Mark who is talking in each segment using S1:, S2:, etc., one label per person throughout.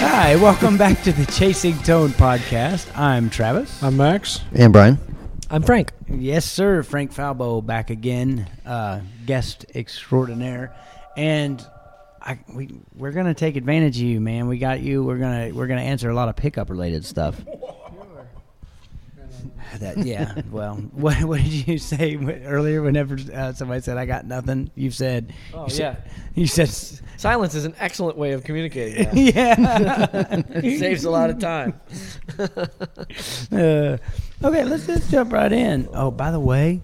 S1: Hi, welcome back to the Chasing Tone podcast. I'm Travis.
S2: I'm Max.
S3: And Brian.
S4: I'm Frank.
S1: Yes, sir. Frank Falbo back again, uh, guest extraordinaire, and I, we we're gonna take advantage of you, man. We got you. We're gonna we're gonna answer a lot of pickup related stuff. That yeah. Well, what what did you say wh- earlier? Whenever uh, somebody said I got nothing, you said
S4: Oh,
S1: you said, you said s-
S4: Silence is an excellent way of communicating. that.
S1: yeah.
S4: it saves a lot of time.
S1: Uh, okay, let's just jump right in. Oh, by the way,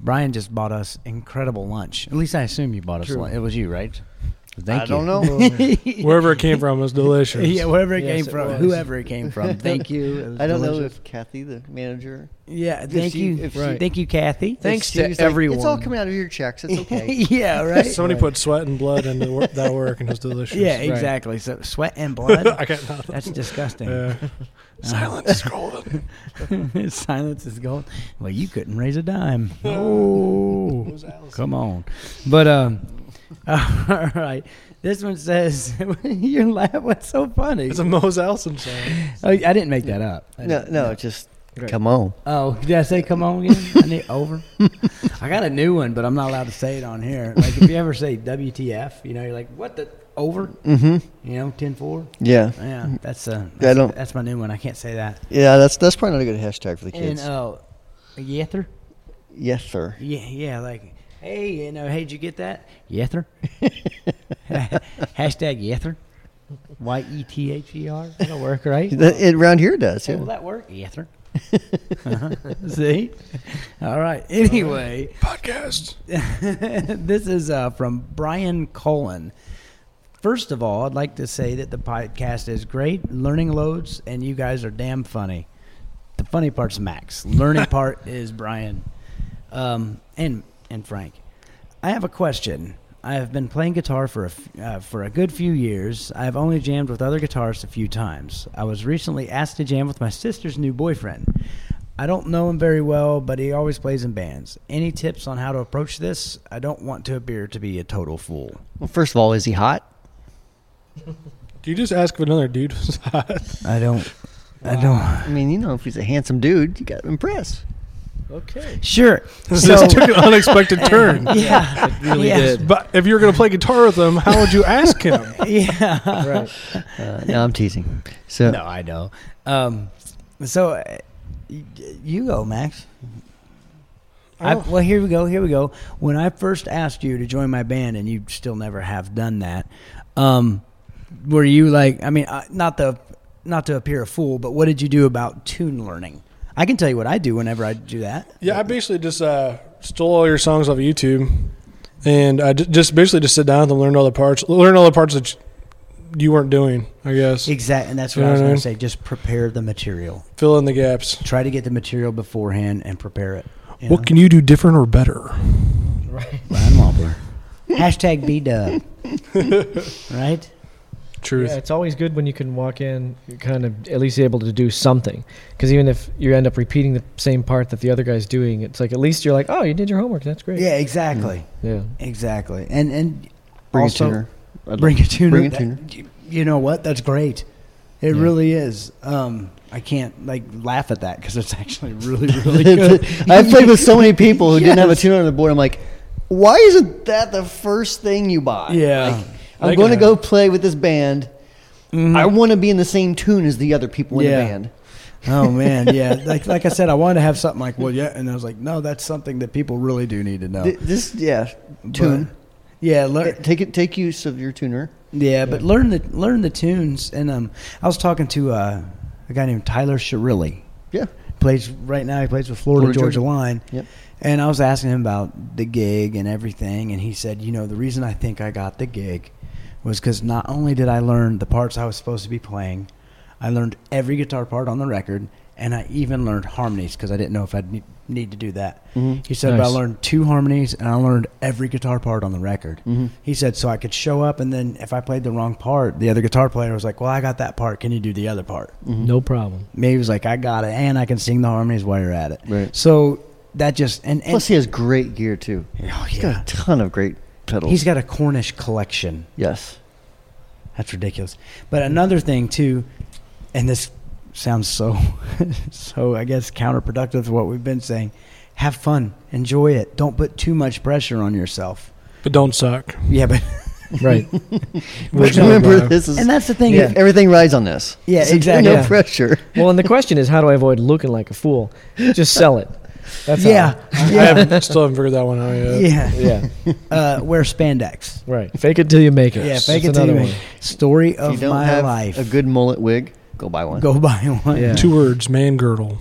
S1: Brian just bought us incredible lunch. At least I assume you bought us
S4: True.
S1: lunch. It was you, right? Thank
S3: I don't know.
S1: know.
S2: Wherever it came from was delicious.
S1: yeah, wherever it
S4: Yes,
S1: came
S4: it
S1: from,
S4: was.
S1: whoever it came from. Thank you. It was
S3: I don't know
S1: delicious.
S3: if Kathy, the manager.
S1: Yeah,
S3: if
S1: thank
S3: she-
S1: you.
S3: if she-
S1: Right. Thank you, Kathy.
S3: if
S4: Thanks
S3: she
S4: to
S3: was like, It's all
S4: everyone."
S3: coming out of your checks. It's okay.
S1: yeah, right.
S2: Somebody put sweat and blood into wor- that work and it was delicious.
S1: Yeah, exactly. So sweat and blood.
S2: I got nothing.
S1: That's disgusting.
S3: Uh,
S1: Uh-huh.
S2: Yeah. Silence is golden.
S1: Silence is gold. Well, you couldn't raise a dime.
S2: It
S1: Oh,
S2: was Allison.
S1: come on. But um, all right. This one says, "Your laugh. What's so funny?"
S2: It's a Mose Allison song.
S1: Oh, I didn't make that up. I
S3: no,
S1: didn't-
S3: no, it's just
S4: Great.
S3: come on.
S1: Oh, did I say come on again? I need over. I got a new one, but I'm not allowed to say it on here. Like if you ever say WTF, you know, you're like, what the over?
S3: Mm-hmm.
S1: You know, ten four.
S3: Yeah,
S1: Yeah, that's uh, that's,
S3: don't-
S1: that's my new one. I can't say that.
S3: yeah. That's that's probably not a good hashtag for the kids.
S1: And oh, yether.
S3: yes, sir.
S1: Yeah, yeah, like, hey, you know, hey, did you get that? Yether. Hashtag Yether. Y E T H E R. That'll work, right?
S3: That- it around here does.
S1: Hey, will
S3: Yeah.
S1: that work? Yether. uh See? All right. Anyway,
S2: Podcast.
S1: this is uh, from Brian Cullen. First of all, I'd like to say that the podcast is great, learning loads, and you guys are damn funny. The funny part's Max. Learning part is Brian, um, and and Frank. I have a question. I have been playing guitar for a f- uh, for a good few years. I have only jammed with other guitarists a few times. I was recently asked to jam with my sister's new boyfriend. I don't know him very well, but he always plays in bands. Any tips on how to approach this? I don't want to appear to be a total fool.
S3: Well, first of all, is he hot?
S2: Do you just ask if another dude was hot?
S1: I don't. I don't.
S3: I mean, you know, if he's a handsome dude, you got to impress.
S4: Okay.
S1: Sure.
S2: This
S1: So-
S2: took an unexpected turn.
S1: yeah,
S4: It really
S1: yeah,
S4: did.
S2: But if you were going to play guitar with him, how would you ask him?
S1: Yeah.
S4: Right.
S3: Uh, no, I'm teasing. So
S1: No, I know. Um, so, uh, y- you go, Max. I,
S2: Oh.
S1: well, here we go. Here we go. When I first asked you to join my band, and you still never have done that, um, were you like? I mean, uh, not the not to appear a fool, but what did you do about tune learning? I can tell you what I do whenever I do that.
S2: Yeah, I basically just uh, stole all your songs off of YouTube, and I ju- just basically just sit down with them, learn all the parts, learn all the parts that you weren't doing. I guess
S1: Exactly, and that's what
S2: You
S1: I
S2: know
S1: was
S2: what I
S1: going
S2: mean?
S1: to say. Just prepare the material.
S2: fill in the gaps.
S1: Try to get the material beforehand and prepare it. you know?
S2: What can you do different or better?
S1: Brian Wampler. Hashtag B Dub. right?
S2: Truth.
S4: Yeah, it's always good when you can walk in, you're kind of at least able to do something. Because even if you end up repeating the same part that the other guy's doing, it's like at least you're like, oh, you did your homework. That's great.
S1: Yeah, exactly,
S4: Yeah.
S1: Mm-hmm. exactly. And and
S3: bring
S1: also,
S3: a tuner. I'd
S1: Bring a
S3: like-
S1: tuner.
S3: Bring a
S1: That-
S3: tuner.
S1: you- you know what? That's great. It
S4: Yeah.
S1: really is. Um, I can't like laugh at that because it's actually really really good.
S3: I've played with so many people who didn't have a
S1: Yes.
S3: tuner on the board. I'm like, why isn't that the first thing you buy?
S1: Yeah.
S3: Like,
S2: They
S3: I'm going to
S2: can-
S3: go play with this band. I want to be in the same tune as the other people in
S1: Mm-hmm. Yeah.
S3: the band.
S1: oh man, yeah. Like like I said, I wanted to have something like well, yeah, and I was like, no, that's something that people really do need to know.
S3: Th- This, yeah,
S1: Oh. But-
S3: tune. Eh,
S1: yeah, learn,
S3: take it. Take use of your tuner.
S1: Yeah, but learn the learn the tunes. And um, I was talking to uh, a guy named Tyler Shirilli.
S3: Yeah.
S1: plays right now. He plays with Florida,
S3: Florida
S1: Georgia,
S3: Georgia.
S1: Line.
S3: Yep.
S1: And I was asking him about the gig and everything, and he said, you know, the reason I think I got the gig was because not only did I learn the parts I was supposed to be playing, I learned every guitar part on the record, and I even learned harmonies because I didn't know if I'd need, need to do that.
S3: Mhm.
S1: He said, but I
S4: Nice.
S1: learned two harmonies, and I learned every guitar part on the record. He said, so I could show up, and then if I played the wrong part, the other guitar player was like, well, I got that part. Can you do the other part?
S4: No problem.
S1: Maybe he was like, I got it, and I can sing the harmonies while you're at it.
S3: Right.
S1: So that just and, and
S3: Plus, he has great gear too.
S1: Oh,
S3: He's
S1: yeah.
S3: got a ton of great pedals.
S1: he's got a Cornish collection.
S3: yes.
S1: That's ridiculous. But another thing too, and this sounds so so I guess counterproductive to what we've been saying. Have fun, enjoy it. Don't put too much pressure on yourself.
S2: But don't suck.
S1: Yeah, but
S4: Right.
S2: Which
S3: Remember,
S2: I-
S3: this is
S1: and that's the thing.
S3: yeah,
S1: if-
S3: everything rides on this.
S1: Yeah,
S3: This is
S1: exactly.
S3: No
S1: Yeah.
S3: pressure.
S4: well, and the question is, how do I avoid looking like a fool? Just sell it. That's
S1: yeah,
S2: I haven't, still haven't figured that one out yet.
S1: yeah.
S4: How. Yeah.
S1: Uh, wear spandex.
S4: Right. Fake it till you make it.
S1: Yeah,
S4: That's
S1: fake it till you
S4: another
S1: make.
S4: one.
S1: Story
S3: If
S1: of
S3: you don't
S1: my
S3: have
S1: life.
S3: a good mullet wig, go buy one.
S1: Go buy one.
S4: Yeah.
S2: Two words: man girdle,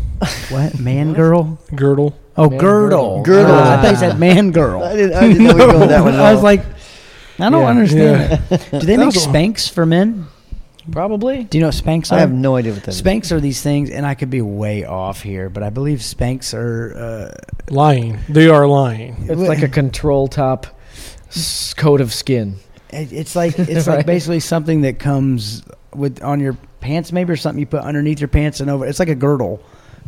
S1: What man girl?
S2: girdle.
S1: Oh,
S4: Man
S1: girdle.
S4: girdle.
S3: Girdle.
S1: Ah, I think that man girl.
S3: I didn't, I didn't know we were going that one. at
S1: I was
S3: all.
S1: like, I don't
S4: Yeah.
S1: understand that. Do they make
S2: was a-
S1: Spanx for men?
S4: Probably.
S1: Do you know what Spanx are?
S3: I have no idea what that is.
S1: Spanx are these things, and I could be way off here, but I believe Spanx are. uh,
S2: Lying. They are lying.
S4: It's like a control top s- coat of skin.
S1: Uh, it- it's like it's like
S4: Right.
S1: basically something that comes with on your pants, maybe, or something you put underneath your pants and over. It's like a girdle,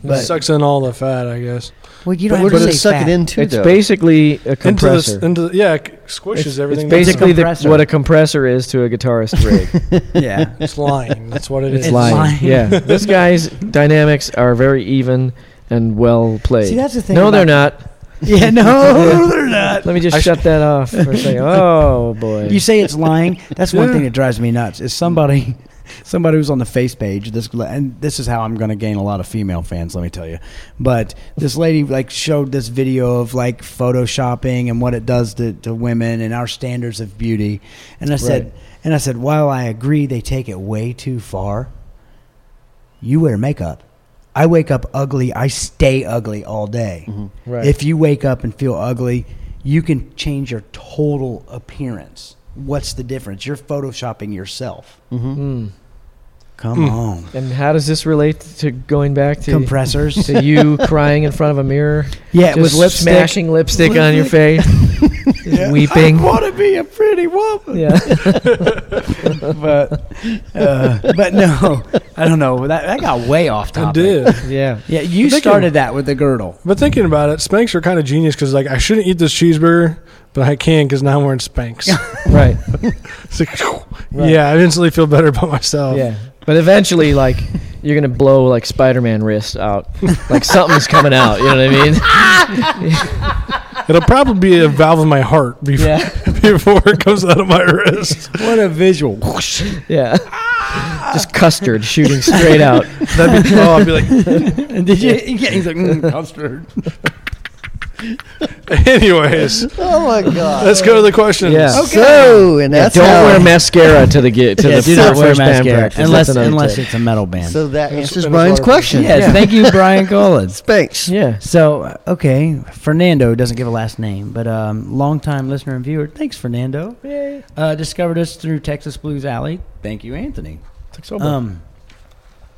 S2: It
S1: but
S2: sucks in all the fat, I guess.
S1: well, you
S3: but
S1: don't
S3: what
S1: have
S3: does
S1: to
S3: it
S1: say
S3: suck
S1: fat.
S3: it into
S4: It's
S3: though?
S4: basically a
S2: Into
S4: compressor.
S2: this, into the, yeah, it squishes
S4: it's,
S2: everything.
S4: it's
S2: down.
S4: basically the,
S1: compressor.
S4: what a compressor is to a guitarist rig.
S1: Yeah,
S2: It's lying. That's what it is.
S1: It's
S4: lying.
S1: lying.
S4: Yeah, this guy's dynamics are very even and well played.
S1: See, that's the thing
S4: No, they're
S1: about-
S4: not.
S1: yeah. No, they're not.
S4: Let me just
S2: I
S4: shut that off for a second. Oh boy.
S1: You say it's lying. That's one
S2: Yeah.
S1: thing that drives me nuts. Is somebody, somebody who's on the face page. This and this is how I'm going to gain a lot of female fans. Let me tell you. But this lady like showed this video of like photoshopping and what it does to, to women and our standards of beauty. And I said,
S4: Right.
S1: and I said, while I agree they take it way too far, you wear makeup. I wake up ugly. I stay ugly all day.
S4: right.
S1: If you wake up and feel ugly, you can change your total appearance. What's the difference? You're photoshopping yourself.
S3: Mm-hmm.
S4: Mm.
S1: Come on.
S4: And how does this relate to going back to
S1: Compressors.
S4: to you crying in front of a mirror?
S1: yeah, with
S4: Just
S1: lipstick.
S4: smashing lipstick, on your face, just weeping.
S1: want to be a pretty woman.
S4: Yeah.
S1: But, uh, but no, I don't know. That, that got way off
S2: I
S1: topic.
S2: did.
S4: Yeah.
S1: Yeah, you
S2: Thinking-
S1: started that with the girdle.
S2: But thinking about it, Spanx are kind of genius because like I shouldn't eat this cheeseburger, but I can because now I'm wearing Spanx.
S4: Right.
S2: It's like, Yeah, I instantly feel better about myself.
S4: Yeah. But eventually, like, you're gonna blow like Spider-Man wrist out. Like something's coming out. You know what I mean?
S2: It'll probably be a valve in my heart before,
S4: Yeah.
S2: before it comes out of my wrist.
S1: What a visual.
S4: Yeah. Just custard shooting straight out.
S2: That'd be, oh, I'd be like,
S1: Did you? Yeah, he's like, mm, custard.
S2: anyways,
S3: oh my god.
S2: let's go to the questions. Oh,
S4: Yeah.
S3: So and that's
S4: don't
S3: how
S4: wear mascara to the get to
S1: Yeah,
S4: the
S1: do not wear
S4: first band
S1: mascara.
S4: practice.
S1: Unless,
S4: That's another
S1: unless
S4: tip.
S1: it's a metal band.
S3: So that
S2: That's
S3: answers
S2: been a
S3: Brian's
S2: far-
S3: question.
S1: yes, thank you, Brian Collins.
S3: Thanks.
S4: yeah.
S1: So uh, okay, Fernando doesn't give a last name, but um, longtime listener and viewer. Thanks, Fernando. Uh, discovered us through Texas Blues Alley. Thank you, Anthony.
S3: Oh,
S1: Um.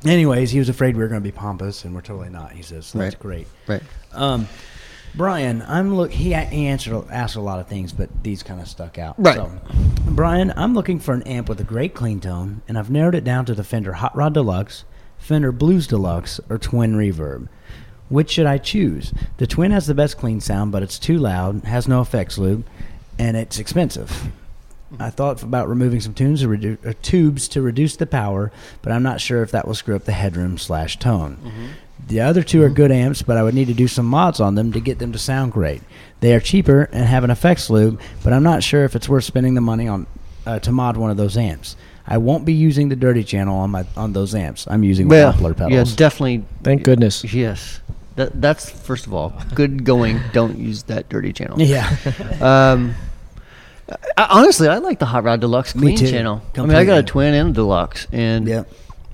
S1: Anyways, he was afraid we were going to be pompous, and we're totally not. He says that's
S3: Right.
S1: great.
S3: Right.
S1: Um, Brian, I'm look. He, he answered asked a lot of things, but these kind of stuck out.
S3: Right.
S1: So, Brian, I'm looking for an amp with a great clean tone, and I've narrowed it down to the Fender Hot Rod Deluxe, Fender Blues Deluxe, or Twin Reverb. Which should I choose? The Twin has the best clean sound, but it's too loud, has no effects loop, and it's expensive. I thought about removing some tunes to redu- or tubes to reduce the power, but I'm not sure if that will screw up the headroom slash tone. The other two are good amps, but I would need to do some mods on them to get them to sound great. They are cheaper and have an effects loop, but I'm not sure if it's worth spending the money on uh, to mod one of those amps. I won't be using the dirty channel on my on those amps. I'm using
S3: Well,
S1: Wampler
S3: yeah,
S1: pedals.
S3: definitely.
S4: Thank goodness.
S3: Yes. That, that's first of all good going. Don't use that dirty channel.
S1: Yeah,
S3: Um, I, honestly, I like the Hot Rod Deluxe
S1: Me
S3: clean
S1: too.
S3: channel. I mean, I got
S1: Completely.
S3: a twin and a deluxe, and
S1: Yeah.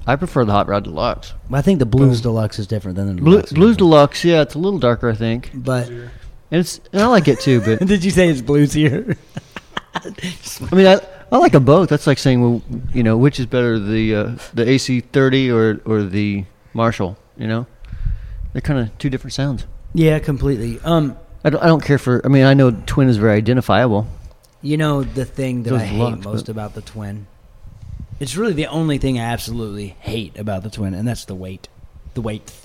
S3: I prefer the Hot Rod Deluxe.
S1: I think the Blues Deluxe is different than the
S3: Blue,
S1: Deluxe.
S3: Blues Deluxe, yeah, it's a little darker, I think,
S1: but
S3: and it's and I like it too. But
S1: did you say it's blues here?
S3: I mean, I, I like them both. That's like saying, well, you know, which is better, the uh, the AC30 or or the Marshall? You know, they're kind of two different sounds.
S1: yeah, completely. Um,
S3: I don't, I don't care for. I mean, I know twin is very identifiable.
S1: You know the thing that
S3: Those
S1: I hate
S3: locks,
S1: most
S3: but-
S1: about the twin. It's really the only thing I absolutely hate about the twin, and that's the weight. The weight.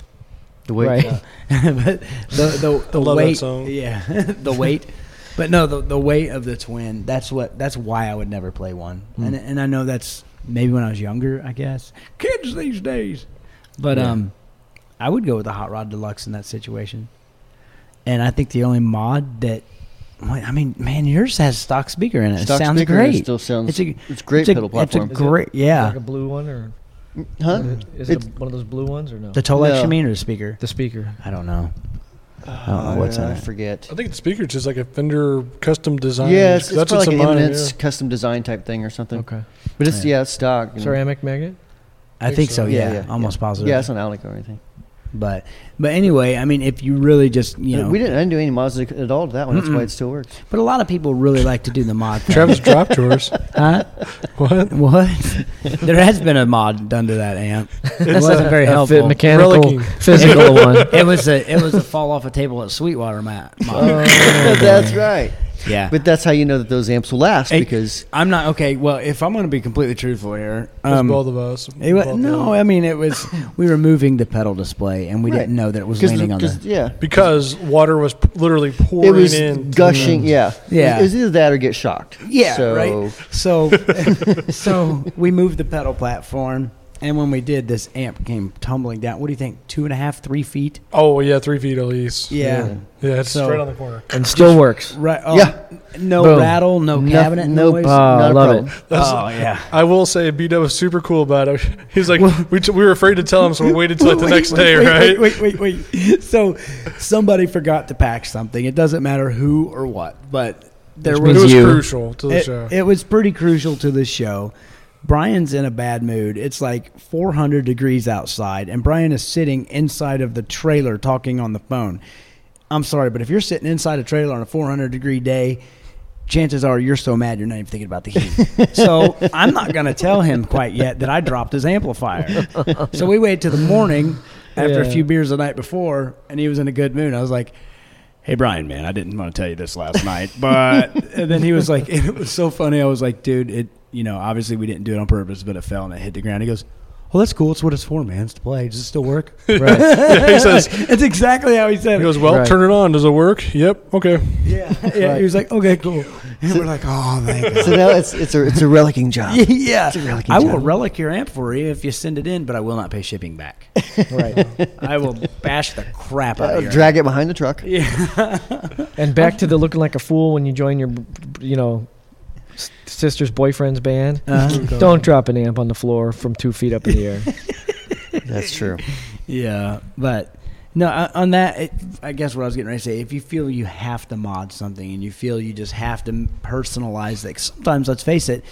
S3: The way
S4: Right.
S1: but the the, the
S2: love that
S1: weight.
S2: song.
S1: Yeah, the weight. But no, the, the weight of the twin. That's what. That's why I would never play one. And and I know that's maybe when I was younger. I guess kids these days. But
S3: Yeah.
S1: um, I would go with the hot rod deluxe in that situation. And I think the only mod that, I mean, man, yours has stock speaker in it.
S3: Stock
S1: it sounds
S3: speaker
S1: great.
S3: Still sounds.
S1: It's
S3: It's,
S1: a-
S3: great
S1: it's a-
S3: pedal
S1: it's a
S3: platform.
S4: Is it
S1: great. Yeah,
S4: Like a blue one or
S3: huh?
S4: is it
S3: It's-
S4: a, one of those blue ones or no?
S1: the Tolex
S3: No.
S1: you mean or the speaker?
S4: The speaker.
S1: I don't know. don't know Oh, what's in
S3: I
S1: it.
S3: forget.
S2: I think the speaker's just like a Fender custom design.
S3: Yeah, it's, it's
S2: That's
S3: probably
S2: what's
S3: like an
S2: in mine,
S3: Eminence
S2: yeah.
S3: custom design type thing or something.
S4: Okay.
S3: But it's
S1: Yeah.
S3: yeah, it's stock. you know.
S4: Ceramic magnet.
S1: I think so. Yeah,
S3: Yeah, yeah,
S1: almost positive.
S3: Yeah, it's not Alec or anything.
S1: But but anyway, I mean, if you really just you know,
S3: we didn't, I didn't do any mods at all to that one. That's
S1: Mm-mm.
S3: why it still works.
S1: but a lot of people really like to do the mod. Thing.
S2: Travis dropped yours.
S1: huh?
S2: What?
S1: What? there has been a mod done to that amp. It wasn't very
S4: A fit
S1: helpful.
S4: mechanical,
S2: Relicking.
S4: physical one.
S1: It was a it was a fall off a table at Sweetwater mat. mod.
S3: that's right.
S1: Yeah,
S3: Uh, But that's how you know that those amps will last
S1: Hey,
S3: because
S1: I'm not okay. Well, if I'm going to be completely truthful here,
S2: Um,
S1: um,
S2: both of us.
S1: it wa-
S2: Both of
S1: no,
S2: us.
S1: I mean it was we were moving the pedal display and we
S3: Right.
S1: didn't know that it was
S3: because
S1: leaning on the
S3: yeah,
S2: because water was p- literally pouring
S3: it was
S2: in.
S3: gushing. Yeah,
S1: Yeah.
S3: It was either that or get shocked.
S1: Yeah,
S3: so,
S1: right. So, so we moved the pedal platform, and when we did, this amp came tumbling down. What do you think? Two and a half, three feet?
S2: Oh yeah, three feet at least. yeah, it's
S1: So-
S2: straight on the corner.
S4: and still works.
S1: Right. Oh,
S3: Yeah.
S1: No
S4: Boom.
S1: rattle, no
S3: Noth-
S1: cabinet,
S3: no,
S1: noise.
S3: p-
S4: Ah,
S3: not a
S4: love
S3: problem.
S1: oh yeah.
S2: I will say, B Dub was super cool about it. He's like, we, t- we were afraid to tell him, so we waited till like the
S1: Wait,
S2: next
S1: wait,
S2: day,
S1: wait,
S2: right?
S1: Wait, wait, wait, wait. So somebody forgot to pack something. It doesn't matter who or what, but there
S4: Which
S2: It
S1: was
S4: means
S2: was
S4: you.
S2: crucial to the
S1: it,
S2: show.
S1: it was pretty crucial to the show. Brian's in a bad mood. It's like 400 degrees outside, and Brian is sitting inside of the trailer talking on the phone. I'm sorry, but if you're sitting inside a trailer on a 400 degree day, chances are you're so mad you're not even thinking about the heat. so I'm not going to tell him quite yet that I dropped his amplifier. So we waited till the morning after a
S4: Yeah.
S1: few beers the night before, and he was in a good mood. I was like, hey brian man i didn't want to tell you this last night but and then he was like and it was so funny i was like dude it you know obviously we didn't do it on purpose but it fell and it hit the ground he goes well that's cool it's what it's for man it's to play does it still work
S4: Right.
S2: he says,
S1: that's exactly how he
S2: he
S1: said it
S2: goes, well,
S4: Right.
S2: turn it on. Does it work? Yep. Okay.
S1: yeah, yeah he was like okay cool and we're like oh thank
S3: So now it's it's a it's a relicking job.
S1: God. yeah
S3: It's a relicking
S1: i
S3: job.
S1: will relic your amp for you if you send it in but i will not pay shipping back
S4: right.
S1: i will bash the crap out
S3: Uh,
S1: of you
S3: drag it behind the truck.
S1: yeah
S4: And back to the looking like a fool when you join your, you know, s- sister's boyfriend's band.
S1: Uh-huh.
S4: Don't drop an amp on the floor from two feet up in the air.
S3: That's true.
S1: Yeah, but no, I- on that, it, I guess what I was getting ready to say, if you feel you have to mod something and you feel you just have to m- personalize it, 'cause sometimes, let's face it,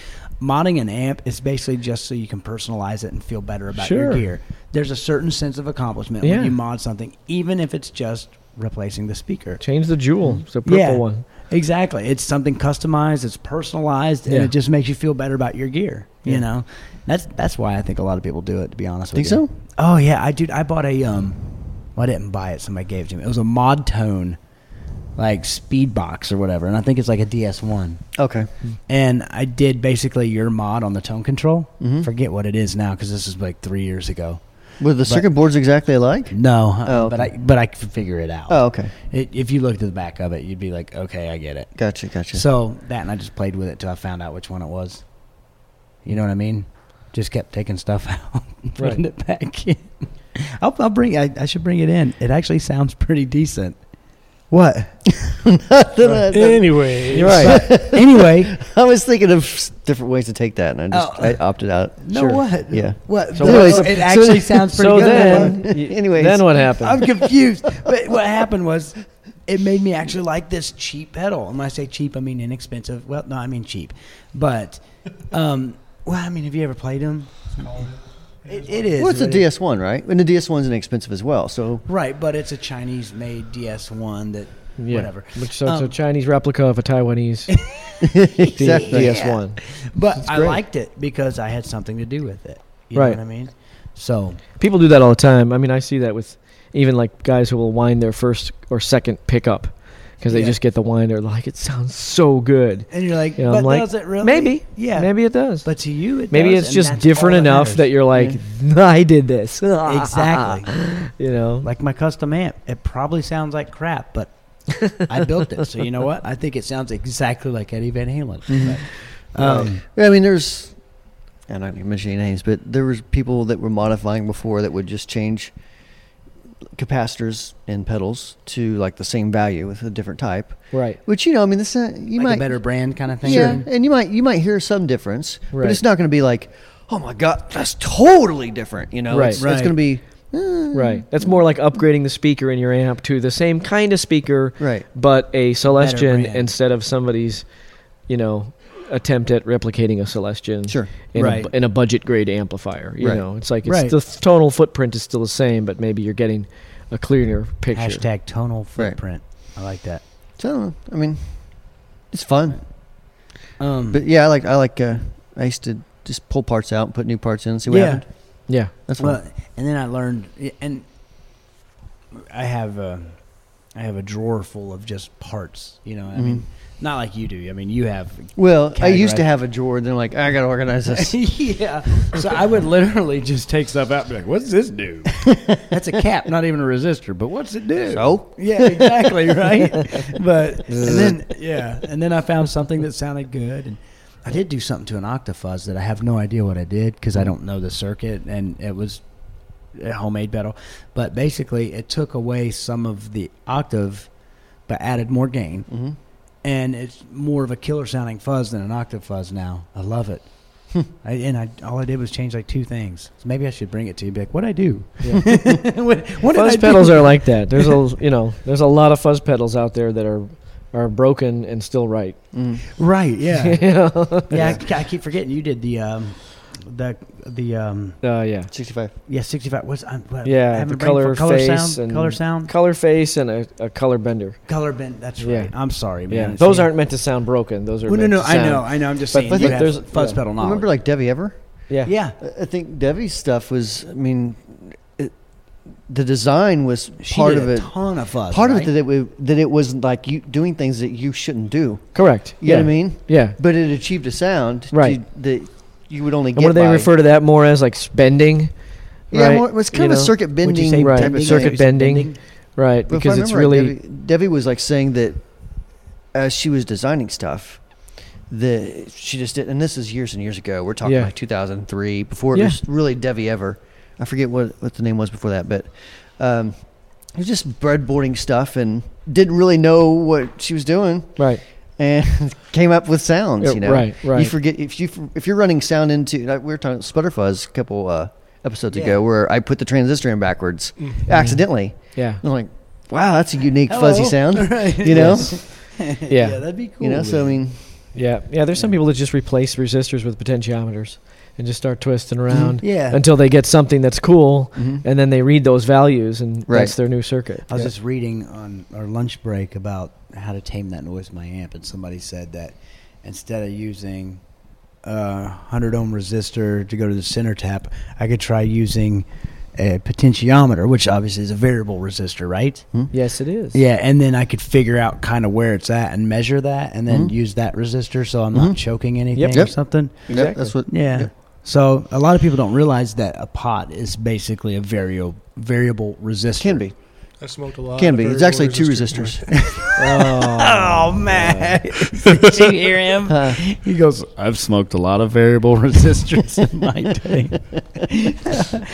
S1: modding an amp is basically just so you can personalize it and feel better about your
S4: Sure.
S1: gear. There's a certain sense of accomplishment
S4: Yeah.
S1: when you mod something, even if it's just replacing the speaker.
S4: Change the jewel. It's a purple
S1: Yeah.
S4: one.
S1: Exactly. It's something customized, it's personalized, and
S4: Yeah.
S1: it just makes you feel better about your gear. You
S4: Yeah.
S1: know, that's that's why I think a lot of people do it. To be honest,
S3: Think
S1: with you.
S3: so?
S1: Oh yeah, I dude, I bought a um, well, I didn't buy it. Somebody gave it to me. It was a mod tone, like speed box or whatever, and I think it's like a DS one.
S3: Okay.
S1: And I did basically your mod on the tone control.
S3: Mhm.
S1: Forget what it is now because this is like three years ago.
S3: Were the circuit boards exactly alike?
S1: No, uh,
S3: Oh,
S1: but I
S3: okay.
S1: but I could figure it out.
S3: Oh, okay.
S1: It, if you looked at the back of it, you'd be like, okay, I get it.
S3: Gotcha. Gotcha.
S1: So that and I just played with it till I found out which one it was. You know what I mean? Just kept taking stuff out, and putting
S4: Right.
S1: it back in. I'll, I'll bring. I, I should bring it in. It actually sounds pretty decent. What?
S2: Uh,
S1: uh,
S2: Anyway,
S3: You're right.
S1: Anyway,
S3: I was thinking of s- different ways to take that, and I just
S1: Oh.
S3: I opted out.
S1: no
S3: Sure.
S1: what?
S3: Yeah.
S1: What?
S3: So
S1: No,
S3: what- so-
S1: it actually sounds pretty
S4: So
S1: good. Um,
S4: then,
S3: Anyway.
S4: anyways, then what happened?
S1: I'm confused. But what happened was it made me actually like this cheap pedal. And when I say cheap, I mean inexpensive. Well, no, I mean cheap. But, um, well, I mean, have you ever played them? It, it is.
S3: Well, it's a
S1: what it-
S3: DS1, right? And the DS1's inexpensive as well. So
S1: Right, but it's a Chinese made DS1 that,
S4: Yeah.
S1: whatever.
S4: Which so it's
S1: Um,
S4: a Chinese replica of a Taiwanese D-
S3: exactly.
S4: DS1.
S1: But I
S4: great.
S1: liked it because I had something to do with it. You
S4: Right.
S1: know what I mean? So,
S4: People do that all the time. I mean, I see that with even like guys who will wind their first or second pickup because they
S1: Yeah.
S4: just get the winder. Like it sounds so good.
S1: and you're like,
S4: Yeah, I'm
S1: but
S4: like,
S1: does it really?
S4: maybe.
S1: Yeah.
S4: Maybe it does.
S1: But to you, it
S4: Maybe
S1: does,
S4: it's
S1: and
S4: just
S1: that's
S4: different
S1: all
S4: enough
S1: matters.
S4: that you're like, I did this.
S1: Exactly.
S4: you know,
S1: like my custom amp. It probably sounds like crap, but I built it, so you know what? I think it sounds exactly like Eddie Van Halen. But, um,
S3: Mm-hmm. Yeah, I mean, there's, I'm not going to mention any names, but there was people that were modifying before that would just change capacitors and pedals to like the same value with a different type.
S4: Right.
S3: Which you know, I mean, this not, you
S1: like
S3: might
S1: a better brand kind of thing.
S3: yeah, and you might you might hear some difference, but
S4: Right.
S3: it's not going to be like, oh my god, that's totally different. You know,
S4: Right.
S3: it's,
S1: Right.
S3: it's going to be eh,
S1: Mm.
S4: Right. That's more like upgrading the speaker in your amp to the same kind of speaker,
S3: right.
S4: but a Celestion
S1: brand.
S4: instead of somebody's, you know, attempt at replicating a Celestion
S3: Sure.
S4: in,
S1: Right.
S4: a, in a budget grade amplifier. You
S3: Right.
S4: know, it's like it's
S1: Right.
S4: the tonal footprint is still the same, but maybe you're getting a clearer picture.
S1: Hashtag tonal footprint. I like that.
S3: So I don't know. I mean, it's fun.
S1: Um,
S3: But yeah, I like I like uh, I used to just pull parts out and put new parts in and see what
S1: Yeah.
S3: happened.
S4: Yeah.
S3: That's fun.
S1: well, and then I learned, and I have a, I have a drawer full of just parts. You know, I mean,
S3: Mm-hmm.
S1: not like you do. I mean, you have
S3: Well, I used to
S1: categorized.
S3: have a drawer. Then I'm like, I gotta organize this.
S1: yeah. So I would literally just take stuff out and be like, what's this do? That's a cap, not even a resistor, but what's it do?
S3: So?
S1: Yeah, exactly, right? but, and then, yeah. And then I found something that sounded good. And I did do something to an Octafuzz that I have no idea what I did because I don't know the circuit and it was a homemade pedal. But basically, it took away some of the octave but added more gain
S3: hmm
S1: and it's more of a killer sounding fuzz than an octave fuzz now. I love it.
S4: Hmm.
S1: I, and I, all I did was change like two things. So maybe I should bring it to you. Be like, what I do?
S4: Yeah.
S1: what, what did I
S4: fuzz
S1: do?
S4: pedals are like that. There's a you know there's a lot of fuzz pedals out there that are are broken and still right.
S3: Mm.
S1: right. Yeah.
S4: You know?
S1: yeah. I, I keep forgetting you did the um, the the um,
S4: Uh, yeah.
S3: 65.
S1: yeah sixty five. What's I'm, what,
S4: Yeah,
S1: I have
S4: the
S1: a brain for
S4: color
S1: color
S4: face
S1: sound,
S4: and-
S1: color sound,
S4: Color face and a, a color bender.
S1: color bend. That's
S4: Yeah.
S1: right. I'm sorry, man.
S4: Yeah.
S1: It's-
S4: Those aren't meant to sound broken.
S3: Oh,
S4: Those are.
S1: Well, no,
S4: meant
S1: no.
S4: to
S1: I
S4: sound-
S1: know. I know. I'm just
S4: But-
S1: saying.
S4: but
S1: you
S4: I think
S1: have
S4: there's-
S1: fuzz
S4: yeah.
S1: pedal knowledge.
S3: Remember, like Debbie Ever?
S4: Yeah.
S1: yeah.
S3: I I think Debbie's stuff was. I mean, it, the design was
S1: She
S3: part
S1: did
S3: of
S1: a
S3: it.
S1: ton of fuzz.
S3: Part
S1: right?
S3: of it that it wa- that it wasn't like you doing things that you shouldn't do.
S4: Correct.
S3: You
S4: yeah.
S3: know what I mean?
S4: Yeah.
S3: But it achieved a sound
S4: Right.
S3: to- that you would only
S4: And
S3: get.
S4: what do they
S3: by-
S4: refer to that more as? Like spending.
S3: Yeah,
S4: right?
S3: more, it's kind
S4: You
S3: of a
S4: know?
S3: circuit
S1: Would you
S3: bending
S1: say
S4: Right.
S3: type of
S4: bending?
S3: circuit.
S4: Circuit bending. Right.
S3: But if I
S4: Because it's
S3: remember right,
S4: really.
S3: Debbie, Debbie was like saying that as she was designing stuff, that she just did. And this is years and years ago. We're talking
S4: Yeah.
S3: like 2003 before it
S4: Yeah.
S3: was really Debbie ever. I forget what what the name was before that, but um, it was just breadboarding stuff and didn't really know what she was doing
S4: Right.
S3: and came up with sounds. You know,
S4: Right. Right.
S3: You forget if you if you're running sound into like we were talking Sputterfuzz a couple uh, episodes
S1: Yeah.
S3: ago where I put the transistor in backwards
S4: Mm-hmm.
S3: accidentally.
S4: yeah.
S3: I'm like, wow, that's a unique fuzzy sound.
S1: Oh. Right.
S3: You know,
S1: yeah.
S4: Yeah.
S1: that'd be cool.
S3: you know. So I
S1: man.
S3: mean,
S4: Yeah. Yeah. There's some people that just replace resistors with potentiometers and just start twisting around
S1: yeah.
S4: until they get something that's cool,
S3: mhm.
S4: and then they read those values, and
S3: Right.
S4: that's their new circuit.
S1: I was
S4: Yeah.
S1: just reading on our lunch break about how to tame that noise in my amp, and somebody said that instead of using a 100 ohm resistor to go to the center tap, I could try using a potentiometer, which obviously is a variable resistor, right?
S3: Mm-hmm.
S4: yes, it is.
S1: Yeah, and then I could figure out kind of where it's at and measure that, and then
S3: Mhm.
S1: use that resistor so I'm
S3: Mhm.
S1: not choking anything or
S3: Yep.
S1: something.
S3: yeah,
S4: Exactly.
S3: that's what.
S1: Yeah. So a lot of people don't realize that a pot is basically a vario, variable resistor.
S3: Can be,
S2: I smoked a lot.
S3: can
S2: of
S3: be. It's
S2: variable
S3: actually two
S2: resistors.
S3: resistors.
S1: Oh, man. Did you hear him? he goes, I've smoked a lot of variable resistors in my day.
S3: Well,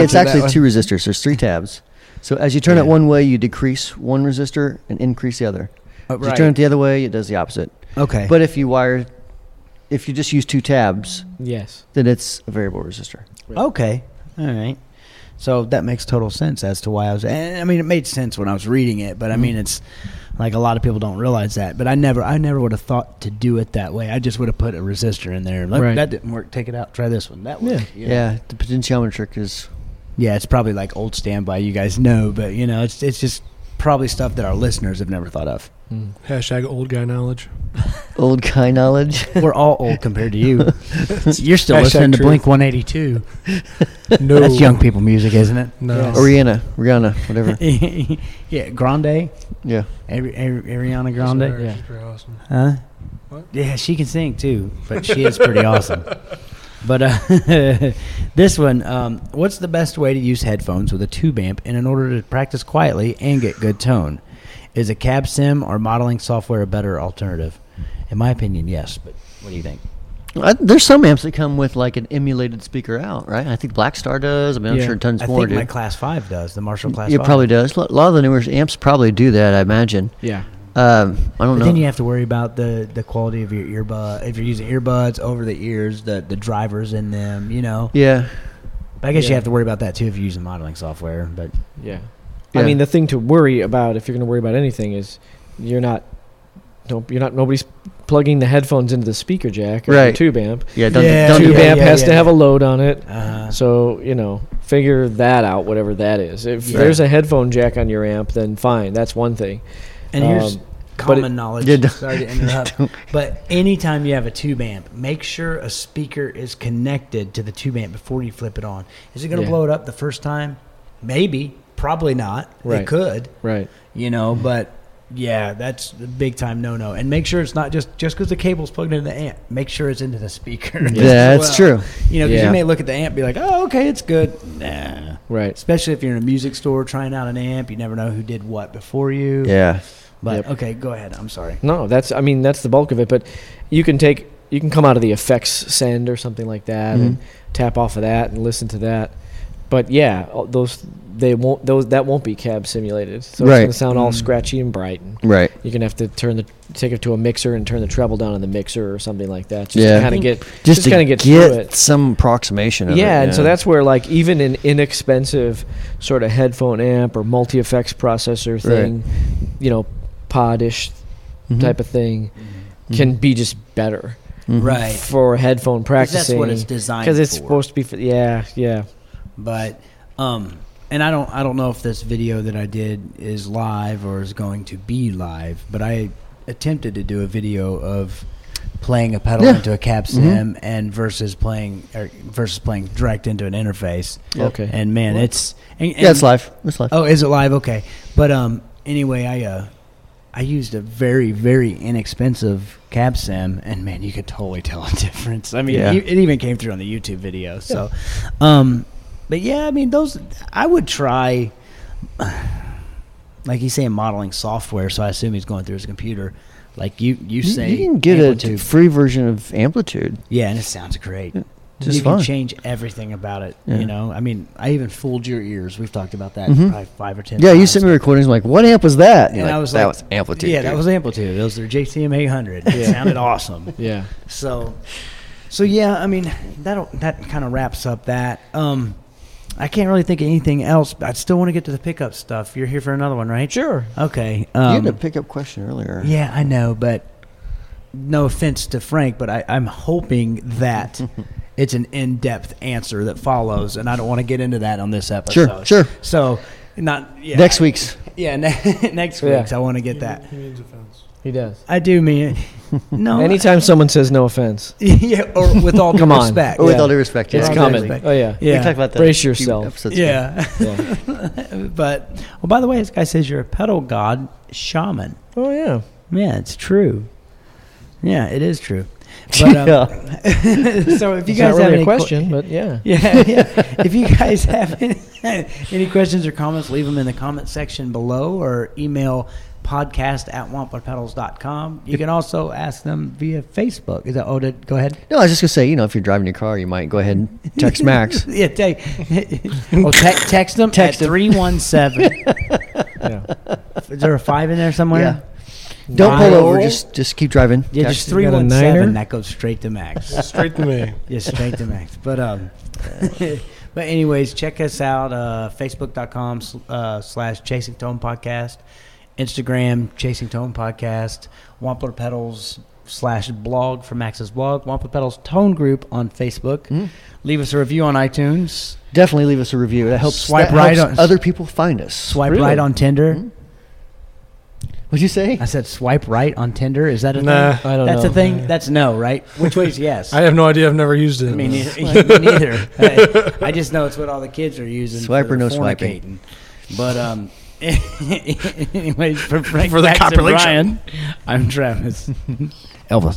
S3: it's actually two resistors. There's three tabs. So as you turn it
S1: Yeah.
S3: one way, you decrease one resistor and increase the other. If you turn it the other way, it does the opposite.
S1: Oh, Okay.
S3: But if you wire, if you just use two tabs,
S4: Yes.
S3: then it's a variable resistor.
S1: okay. All right. So that makes total sense as to why I was. And I mean, it made sense when I was reading it, but I mean, it's like a lot of people don't realize that. But I never, I never would have thought to do it that way. I just would have put a resistor in there. Look,
S4: Right.
S1: That didn't work. Take it out. Try this one. That worked.
S3: Yeah,
S1: you know?
S3: the potentiometer trick is
S1: Yeah, it's probably like old standby. You guys know, but you know, it's it's just probably stuff that our listeners have never thought of.
S4: Mm.
S2: Hashtag old guy knowledge.
S3: old guy knowledge.
S1: We're all old compared to you. You're still
S2: Hashtag
S1: listening to
S2: truth.
S1: Blink 182.
S2: No,
S1: That's young people music, isn't it?
S2: No,
S4: Yes.
S3: Oriana, Rihanna, whatever.
S1: yeah, Grande,
S3: Yeah.
S1: Ari- Ari- Ariana
S2: She's
S1: Grande.
S2: very-
S4: yeah.
S2: she's very awesome.
S1: Huh?
S2: What?
S1: Yeah, she can sing too, but she is pretty awesome. But uh, this one, um, what's the best way to use headphones with a tube amp and in order to practice quietly and get good tone? Is a cab sim or modeling software a better alternative? In my opinion, yes. But what do you think?
S3: I, there's some amps that come with like an emulated speaker out, right? I think Black Star does. I mean, I'm
S4: Yeah.
S3: sure tons
S1: I
S3: more
S1: think
S3: do.
S1: my class five does the Marshall class.
S3: it
S1: five.
S3: probably does. A lot of the newer amps probably do that. I imagine.
S4: Yeah.
S3: Um, I
S1: But
S3: don't know.
S1: then you have to worry about the, the quality of your earbud. If you're using earbuds over the ears, the, the drivers in them, you know.
S3: yeah.
S1: But I guess you
S4: Yeah.
S1: have to worry about that too if you're using modeling software. But
S4: Yeah.
S3: Yeah.
S4: I mean, the thing to worry about if you're going to worry about anything is you're not. No, you're not. Nobody's plugging the headphones into the speaker jack or the
S3: Right.
S4: tube amp.
S3: Yeah. Don't,
S1: Yeah,
S3: don't
S4: tube
S3: do
S1: yeah,
S3: that.
S4: amp
S1: yeah,
S4: has
S1: yeah,
S4: to have
S1: yeah.
S4: a load on it.
S1: uh,
S4: So you know, figure that out. Whatever that is. If
S1: Yeah.
S4: there's a headphone jack on your amp, then fine. That's one thing.
S1: and here's
S4: Um, but it-
S1: common knowledge.
S3: Yeah, don't-
S1: Sorry to interrupt. But anytime you have a tube amp, make sure a speaker is connected to the tube amp before you flip it on. Is it going to
S4: Yeah.
S1: blow it up the first time? Maybe. Probably not.
S4: Right. Mm-hmm.
S1: It could,
S4: Right.
S1: you know, but yeah, that's a big time no no. And make sure it's not just just because the cable's plugged into the amp, make sure it's into the speaker. as
S3: That's
S1: well.
S3: true.
S1: You know, 'cause
S4: Yeah.
S1: you may look at the amp and be like, oh, okay, it's good. Nah.
S4: Right.
S1: Especially if you're in a music store trying out an amp, you never know who did what before you.
S3: Yeah.
S1: But
S4: Yep.
S1: okay, go ahead. I'm sorry.
S4: No, that's I mean that's the bulk of it. But you can take you can come out of the effects send or something like that and
S3: Mhm.
S4: tap off of that and listen to that. But yeah, all those they won't those that won't be cab simulated. So it's
S3: Right.
S4: gonna sound all
S1: Mm.
S4: scratchy and bright. And
S3: Right.
S4: you're gonna have to turn the take it to a mixer and turn the treble down on the mixer or something like that. Just
S3: Yeah.
S4: to kind of get
S3: Just,
S4: Just
S3: to
S4: kinda
S3: get,
S4: get through it.
S3: some approximation of it.
S4: yeah, and so that's where like even an inexpensive sort of headphone amp or multi effects processor thing, you know, podish
S3: Mhm.
S4: type of thing can be just better.
S3: Mhm.
S1: Right.
S4: for headphone
S1: 'Cause
S4: practicing.
S1: That's what it's designed
S4: because it's
S1: for.
S4: supposed to be. For, yeah, yeah.
S1: but um and I don't I don't know if this video that I did is live or is going to be live, but I attempted to do a video of playing a pedal
S3: Yeah.
S1: into a cab sim
S3: Mhm.
S1: and versus playing or versus playing direct into an interface.
S3: Yep.
S4: Okay.
S1: And man,
S4: What?
S1: it's and,
S3: Yeah, it's
S1: and-
S3: live. It's live.
S1: Oh, is it live? Okay. But um anyway, I uh I used a very very inexpensive cab sim and man, you could totally tell a difference. I mean,
S3: Yeah.
S1: e- it even came through on the YouTube video. So um but yeah, I mean those I would try like he's saying modeling software, so I assume he's going through his computer. Like you you
S3: You-
S1: say
S3: you can get a
S1: amplitude.
S3: free version of Amplitude.
S1: Yeah, and it sounds great.
S3: Yeah, just
S1: you can
S3: fine.
S1: change everything about it.
S3: Yeah.
S1: You know, I mean, I even fooled your ears. We've talked about that
S3: Mhm.
S1: probably five or ten.
S3: Yeah, you
S1: times.
S3: sent me recordings. I'm like, what amp was that?
S1: And I was
S3: that
S1: like,
S3: was Amplitude.
S1: Yeah, that
S3: dude."
S1: was amplitude. It was their JTM 800. It
S4: Yeah.
S1: sounded awesome.
S4: yeah.
S1: So, so yeah, I mean that that kind of wraps up that. Um, I can't really think of anything else. But I still want to get to the pickup stuff. You're here for another one, right?
S4: Sure.
S1: Okay.
S3: You
S1: Um,
S3: had a pickup question earlier.
S1: yeah, I know, but no offense to Frank, but I, I'm hoping that it's an in-depth answer that follows, and I don't want to get into that on this
S3: Sure,
S1: episode.
S3: sure.
S1: So, not yeah,
S3: Next week's.
S1: Yeah, ne- next
S4: Yeah.
S1: week's. I want to get that.
S2: He means offense.
S4: He does.
S1: I do mean no.
S4: Anytime someone says no offense,
S1: yeah, or with all due
S4: Come on.
S1: respect.
S3: Oh, with
S4: Yeah.
S3: all due respect,
S1: Yeah,
S4: it's
S3: yeah.
S4: common.
S1: exactly.
S4: Oh yeah.
S1: Yeah.
S3: We talked about that.
S4: Brace
S3: a few
S4: yourself.
S3: episodes ago.
S1: Yeah.
S4: yeah.
S1: but well, by the way, this guy says you're a pedal god shaman.
S4: Oh yeah.
S1: Yeah, it's true. Yeah, it is true. But, um, so if you guys
S4: It's not really
S1: have
S4: a
S1: any que-
S4: question, but yeah.
S1: yeah, yeah. if you guys have any, any questions or comments, leave them in the comment section below or email podcast at wamplerpedals.com. You can also ask them via Facebook. Is that, oh, did, go ahead.
S3: No, I was just gonna say, you know, if you're driving your car, you might go ahead and text Max.
S1: yeah, take, oh, te- text them
S3: Text
S1: at 317.
S4: yeah.
S1: Is there a five in there somewhere?
S3: Yeah. Don't pull
S1: Nine.
S3: over. Just just keep driving.
S1: Yeah,
S3: Text.
S1: just
S4: You got a
S1: 317.
S4: niner?
S1: That goes straight to Max.
S2: Straight to me.
S1: Yeah, straight to max. But um, but anyways, check us out. Uh, Facebook.com sl- uh, slash Chasing Tone Podcast, Instagram Chasing Tone Podcast, Wampler Pedals slash blog for Max's blog, Wampler Pedals Tone Group on Facebook.
S3: Mm.
S1: Leave us a review on iTunes.
S3: Definitely leave us a review. That helps.
S1: Swipe
S3: that
S1: right
S3: helps
S1: on-
S3: other people find us.
S1: Swipe
S4: Really?
S1: right on Tinder.
S3: Mm. What'd you say?
S1: I said swipe right on Tinder. Is that a
S2: Nah.
S1: thing?
S4: I don't
S1: That's
S4: know.
S1: a thing. That's no, right? Which way is yes?
S2: I have no idea. I've never used it.
S1: Me neither. Me neither. I, I just know it's what all the kids are using.
S3: Swipe
S1: for
S3: or no
S1: the
S3: swiping.
S1: fornicating. But um, anyways, for Frank,
S2: For the
S1: Max, and
S2: copulation.
S1: Brian, I'm Travis.
S3: Elvis.